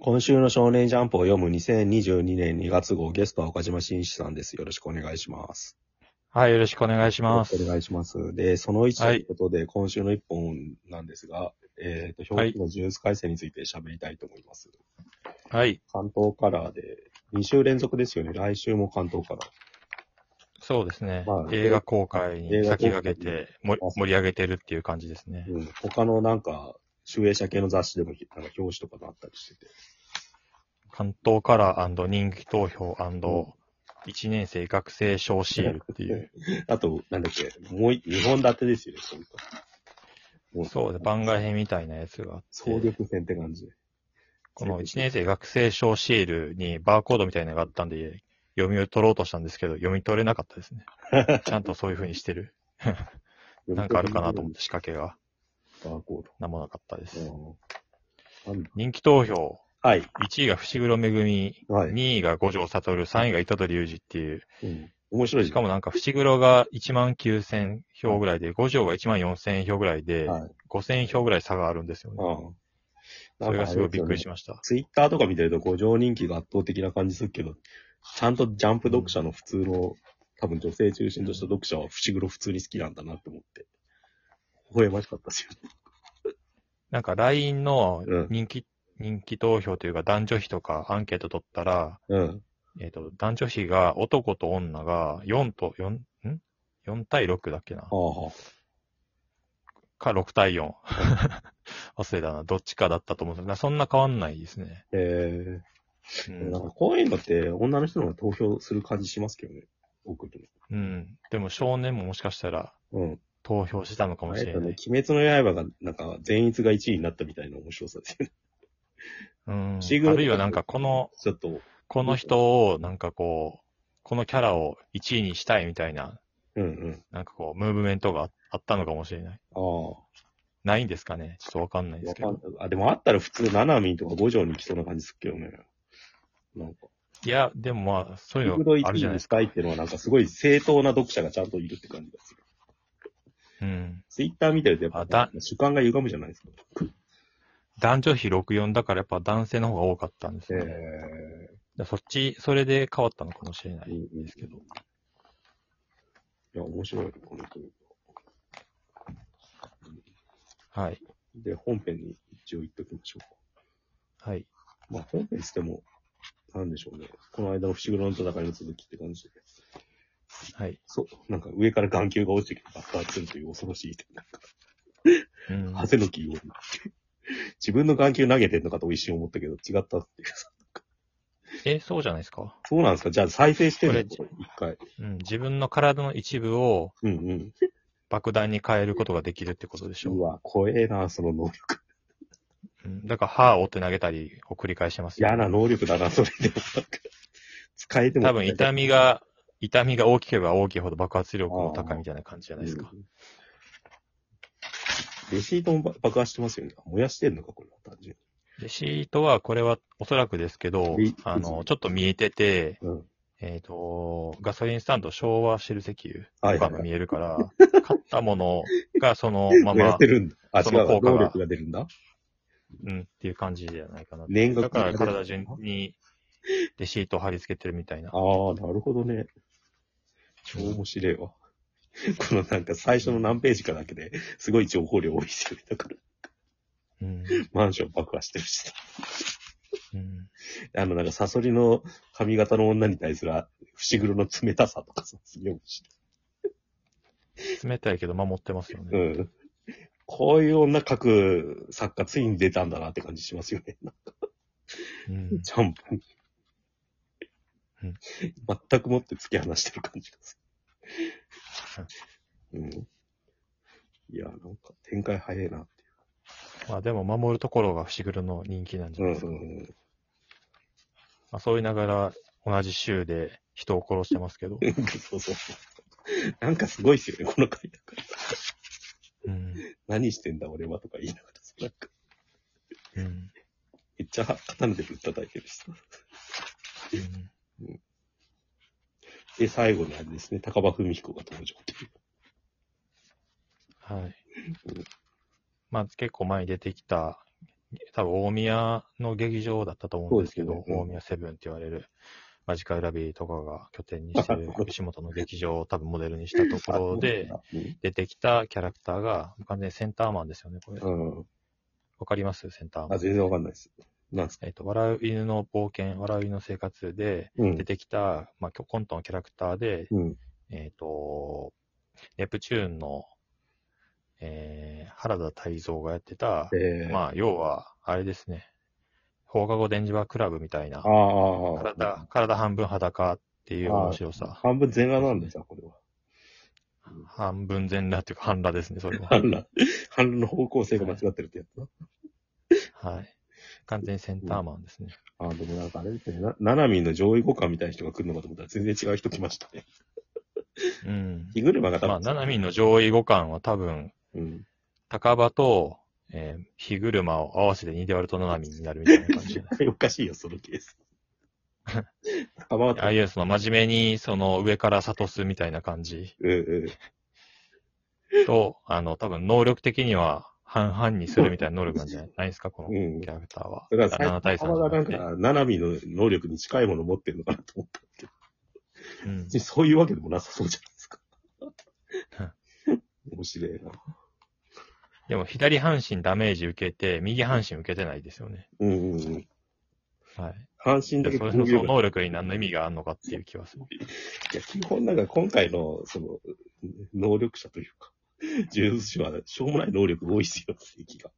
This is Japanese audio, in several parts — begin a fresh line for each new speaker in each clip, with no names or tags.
今週の少年ジャンプを読む2022年2月号ゲストは岡島紳士さんです。よろしくお願いします。
はい、よろしくお願いします。
よろしくお願いします。で、その1と
はい
いうことで、今週の1本なんですが、えっ、と、表記のジュース改正について喋りたいと思います。
はい、
関東カラーで、2週連続ですよね。来週も関東カラー。
そうですね。
まあ
映画公開
映
に
画公開
先駆けてもり盛り上げてるっていう感じですね。
うん。他のなんか、集英社系の雑誌でも、なんか表紙とかがあったりしてて。
関東カラー人気投票
ん
1年生学生賞シールっていう。
あと、なんだっけ、もう2本立てですよね、そういうん
そうです。番外編みたいなやつがあ
総
って、
力戦って感じで。
この1年生学生賞シールにバーコードみたいなのがあったんで、読み取ろうとしたんですけど、読み取れなかったで すね。ちゃんとそういう風にしてる。なんかあるかなと思って仕掛けが
バーコ
なんもなかったです。
ード。うん
人気投票、
はい。
1位が伏黒めぐみ、
はい。
2位が五条悟、3位が板取裕二っていう、
うん面白い
しか
も、
もなんか伏黒が1万9000票ぐらいで、五条が1万4000票ぐらいで、
はい。
5000票ぐらい差があるんですよね。
あ
それがすごいびっくりし
ました。
ました。
ツイッターとか見てると、五条人気が圧倒的な感じするけど、ちゃんとジャンプ読者の普通の、多分女性中心とした読者は、伏黒普通に好きなんだなって思って、微笑ましかったですよね。
なんか LINE の
うん
人気、人気投票というか男女比とかアンケート取ったら、
うん。
えっ、と、男女比が男と女が4と、4、ん ?4 対6だっけな
ああ、は
か6対4。忘れたな。どっちかだったと思うんですけど、そんな変わんないです
あ。
ね。
え
う
え
ん
なんかこういうのって、女の人の方が投票する感じしますけどね。送る
うん。でも少年ももしかしたら
の。うん。
投票してたのかも
あ
し
れ
れ
だ
な
ね
い。、
鬼滅の刃が、なんか、全逸が1位になったみたいな面白さですよね。
うん。
シグナル
あるいはなんかこの、、
ちょっと、
この人をなんかこう、このキャラを1位にしたいみたいな、
うんうん。
なんかこう、ムーブメントがあったのかもしれない。
ああ、わ
ないんですかねちょっとわかんないですけ
かん
ど。
ない。あ、でもあったら普通、ナナミンとか五条に来そうな感じするけどね。なんか、
いや、でもまあ、そういう
フ
の
1
あるじゃ
位
ない
に
です
し
か。
たいっていうのは、なんかすごい正当な読者がちゃんといるって感じがする。
うん。
ツイッター見てると、やっ
あ
ぱ
だ、
主観が歪むじゃないですか。
男女比64だからやっぱ男性の方が多かったんです
え
ね。でそっち、それで変わったのかもしれな
えい
い。
いですけど。いや、面白い、この人。
はい。
で、本編に一応言っときましょうか。
はい。
まあ、本編っつっても、なんでしょうね。この間の伏黒の戦いの続きって感じで。
はい。
そう、なんか上から眼球が落ちてきて爆発するという恐ろしい、なんか、
うん。
汗の気を。自分の眼球投げてんのかと一瞬思ったけど、違ったっていう。
え、そうじゃないですか。
そうなんですかじゃあ再生してるの
こ
一回。
うん。自分の体の一部を
うんうん。
爆弾に変えることができるってことでしょ
うわ、怖えな、その能力。
うんだから、歯を折って投げたりを繰り返してますよ
嫌な能力だな、それでも。なんか使えても。
多分、痛みが、痛みが大きければ大きいほど爆発力も高いみたいな感じじゃ
じ
ないですか。。
レシートもば爆破してますよね。燃やしてんのか、これは単純
で、シートは、これはおそらくですけど
い、
あの、ちょっと見えてて、
に。うん。
えっ、と、ガソリンスタンド、昭和シェル石
は
油
いはい
とか
はい
が見えるから、買ったものがその ま
燃や
ま
っ、てるんだ。あ、違
そうの
わ、
効果が
能力が出るんだ。
うん、っていう感じじゃないかな。
年
だ
額
から、体順に、で、シートを貼り付けてるみたいな。
ああ、なるほどね。超面白いわ。こ のなんか最初の何ページかだけで、すごい情報量多いですよね。だから、
うん。
マンション爆破してるしさ。
うん
あの、なんかサソリの髪型の女に対するあ伏黒の冷たさとかさ、すげえ面
冷たいけど、守ってますよね。
白い。うん。こういう女描く作家ついに出たんだなって感じしますよね。
うん
ジャンプに
うん。
全くもって突き放してる感じがする。うん。いや、なんか展開早いな。
まあでも守るところが伏黒の人気なんじゃ
うん
な
う
い
ん
です
う
か。
ん。
まあそう言いながら同じ州で人を殺してます けど。
そうそうそう。なんかすごいっすよね、この回だから。
うん。
何してんだ俺はとか言いながらさ、なんか、
うん。うん
めっちゃ刀でぶったたいてるしさ。で、最後にあれですね、高場文彦が登場っていう。
はい。まあ結構前に出てきた多分大宮の劇場だったと思うんですけど、
そうですねうん
大宮セブンって言われる、マジカルラビーとかが拠点にし てる吉本の劇場を多分モデルにしたところで、出てきたキャラクターが、完全にセンターマンですよね、これ。
う
わ、
ん。
かりますセンターマ
あ、
ン。
全然わかんないです。なんすか
えっ、と、笑う犬の冒険、笑う犬の生活で
うん
出。てきた、まあ、きょコントのキャラクターで、
うん。
えっ、と、ネプチューンの、えー、原田泰造がやってた、
えー、
まあ、要は、あれですね。放課後電磁場クラブみたいな
あ、あ、ああ。
体、体半分裸っていう面白さ。
半分全裸なんですよ、これは。
半分全裸っていうか半裸ですね、それは
反。乱。反乱の方向性が間違ってるってやつな。
はい。完全にセンターマンですね。
あ、でもなんかあれですね。な、ななみんの上位互換みたいな人が来るのかと思ったら全然違う人来ましたね。
うん。
日車が多分。
まあ、ナナミンの上位互換は多分、
うん。
高場と、えー、火車を合わせて2で割るとナナミンになるみたいな感じじゃない。
絶 対おかしいよ、そのケース。かまわ
ああいうその真面目に、その上から諭すみたいな感じ
うんうん。
と、あの、多分能力的には半々にするみたいな能力なんじゃないですか、この
うん
キャラクターは。
だから、
7対3じゃ
はな
なんくて。
か、ナナミの能力に近いものを持ってるのかなと思ったんですけど、
うん
別に そういうわけでもなさそうじゃないですか。 面白いな。
でも左半身ダメージ受けて、右半身受けてないですよね。
うんうんうん。
はい。
半身だ
で
け攻撃
それのその
力
能力に何の意味があるのかっていう気はする。
いや、基本なんか今回の、その、能力者というか、呪術師は、しょうもない能力多いですよ、正義 が。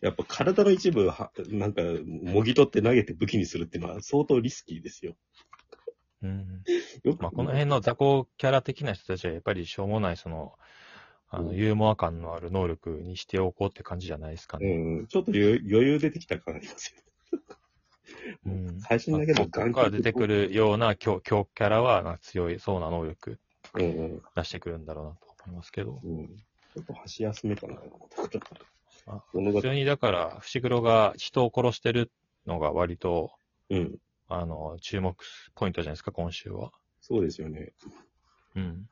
やっぱ体の一部は、なんか、もぎ取って投げて武器にするっていうのは相当リスキーですよ。
うん。
よく
まあ、この辺の雑魚キャラ的な人たちはやっぱりしょうもない、その、あ
う
の、
ん
ユーモア感のある能力にしておこうって感じじゃないですかね。
うん、ちょっと余余裕出てきた感ありますよね。
うん。
最新だけ
ま
ど
あここから出てくるような強強キャラは、なんか強いそうな能力
うんうん。
出してくるんだろうなと思いますけど。
うん。ちょっと箸休めかな。
あ
物語
普通にだから、伏黒が人を殺してるのが割と、
うん。
あの、注目ポイントじゃないですか、今週は。
そうですよね。
うん。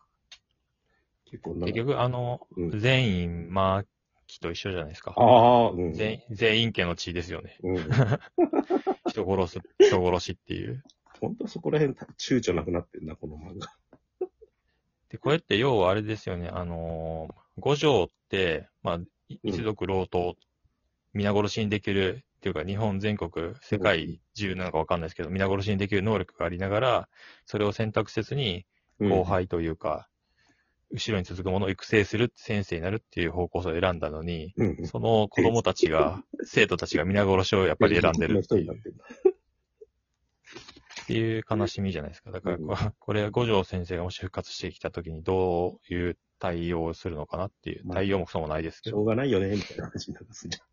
結構なん
結
か。
局、あの、
うん
全員、マーキと一緒じゃないですか。
ああ、うん。
全全員家の血ですよね。
うん。
人殺す、人殺しっていう。
本当そこら辺た躊躇なくなってんな、この漫画。
で、これって要はあれですよね、あのー五条って、まあ、い一族老党、皆殺しにできる、っていうか、日本全国、世界中なのかわかんないですけど、皆殺しにできる能力がありながら、それを選択せずに、後輩というか、後ろに続くものを育成する、先生になるっていう方向性を選んだのに、
うん。うん。
その子供たちが、生徒たちが皆殺しをやっぱり選んでるって
人
い
にな
う
ってんだ
っていう悲しみじゃないですか。だからこ、これ、五条先生がもし復活してきたときにどういう対応をするのかなっていう、
まあ
対応もそもないですけ
し
ど、
ょうがないよね、みたいな話に なんかすんじゃん。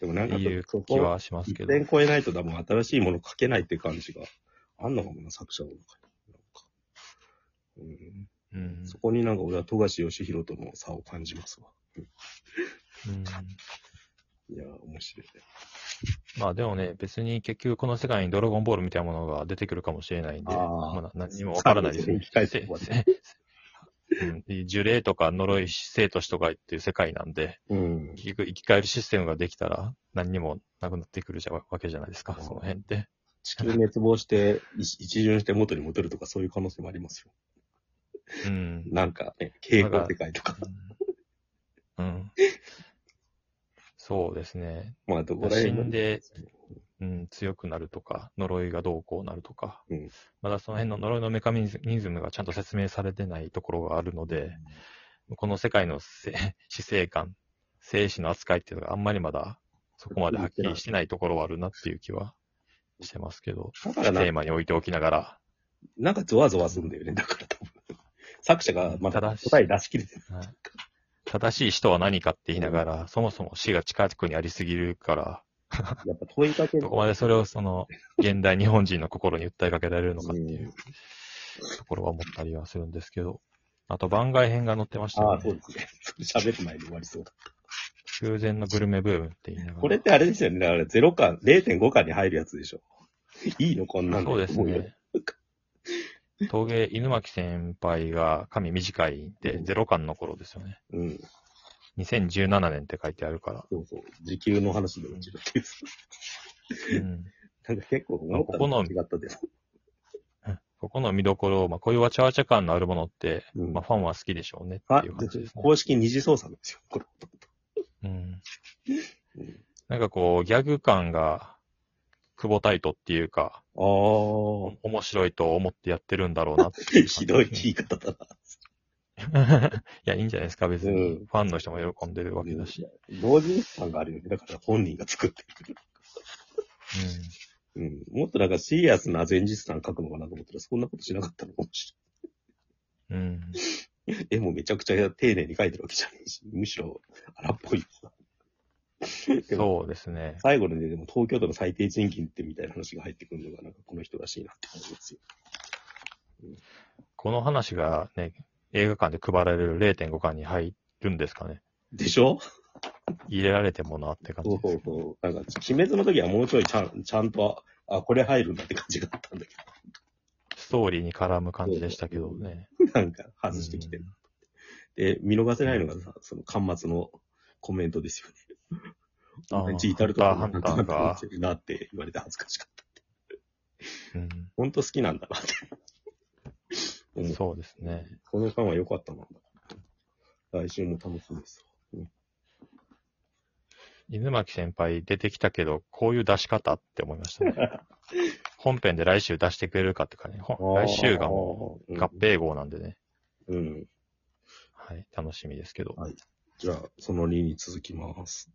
でもなん
って
か
いう
そ
気
こ、
はしますけ
一
ど。
点超えないと多分新しいもの書けないっていう感じがあんのかもな、作者の中に。なんかうん
うん
そこになんか俺は富樫義弘との差を感じますわ。
うん
いやー、面白いね。
まあでもね、別に結局この世界にドラゴンボールみたいなものが出てくるかもしれないんで、
あー
まあな何にもわからないですね。
生き返ってここまで
せせうん呪霊とか呪い、生と死とかっていう世界なんで、
うん。
結局生き返るシステムができたら何にもなくなってくるじゃわけじゃないですか、
うん
その辺って。
地球滅亡して、一一巡して元に戻るとかそういう可能性もありますよ。
うん。
なんかね、傾向世界とか。
うん。そうですね。
まあ、どこら
死
辺
んで、うん、強くなるとか、呪いがどうこうなるとか、
うん
まだその辺の呪いのメカニズムがちゃんと説明されてないところがあるので、この世界のせ 死生観、生死の扱いっていうのがあんまりまだそこまではっきりしてないところはあるなっていう気はしてますけど、
だ
テ
からな
ーマに置いておきながら、
なんかゾワゾワするんだよね、だから多分。作者がまだ
正しい
答え出しきれてない。
はい正しい人は何かって言いながら、そもそも死が近くにありすぎるから、
やっぱ問いかけ
どこまでそれをその、現代日本人の心に訴えかけられるのかっていうところは思ったりはするんですけど、あと番外編が載ってました
あ
よ
あ、そう
ね。
ですね。喋る前に終わりそうだ。
空前のグルメブームって言いながら。
これってあれですよね。だから0巻、0.5巻に入るやつでしょ。いいのこんなん
そうです
思よ
ね。陶芸、犬巻先輩が髪短いんで、ゼロ感の頃ですよね。
うん。
2017年って書いてあるから。
そうそう。時給の話で落ちるっていう。
うん。
なんか結構思ったのと違ったです。
ここの見どころ、まあ、こういうわちゃわちゃ感のあるものって、
うん
まあ、ファンは好きでしょうねっ
あ
ていう感じです、ね。
公式二次操作なんですよ。これ。
うん
うん。
なんかこう、ギャグ感が、久保タイトっていうか、
あ
面白いと思ってやってるんだろうなって
あ。
いう感 じ
ひどい言い方だな。
いや、いいんじゃないですか、別に。
うん
ファンの人も喜んでるわけだし。
同人誌感があるよね。だから本人が作ってる。うん。もっとなんかシリアスな前日さん書くのかなと思ったら、そんなことしなかったのかもし
うん。うん。
れない。絵 もめちゃくちゃ丁寧に書いてるわけじゃないし、むしろ荒っぽい。でも
そうですね。
最後のね、でも東京都の最低賃金ってみたいな話が入ってくるのが、なんかこの人らしいなって思いますよ。
この話がね、映画館で配られる0.5巻に入るんですかね。
でしょ
入れられてもなって感じ
そう
です
そうそう。なんか、鬼滅の時はもうちょいちゃん、ちゃんと、あ、これ入るんだって感じがあったんだけ
ストーリーに絡む感じでしたけどね。
ど、なんか外してきてる。で、見逃せないのがさ、その端末のコメントですよね。
あ ー
毎日至るところ
ハンターハン
な
ターが
んか落ちてるなって言われて恥ずかしかった。
うん
本当好きなんだなって。うん
そうですね。
この間は良かったな。来週も楽しみです。
犬巻先輩出てきたけど、こういう出し方って思いましたね。本編で来週出してくれるかって感じ。ほん来週がも
う
う合併号なんでね。
うん。
はい、楽しみですけど。
じゃあ、その2に続きます。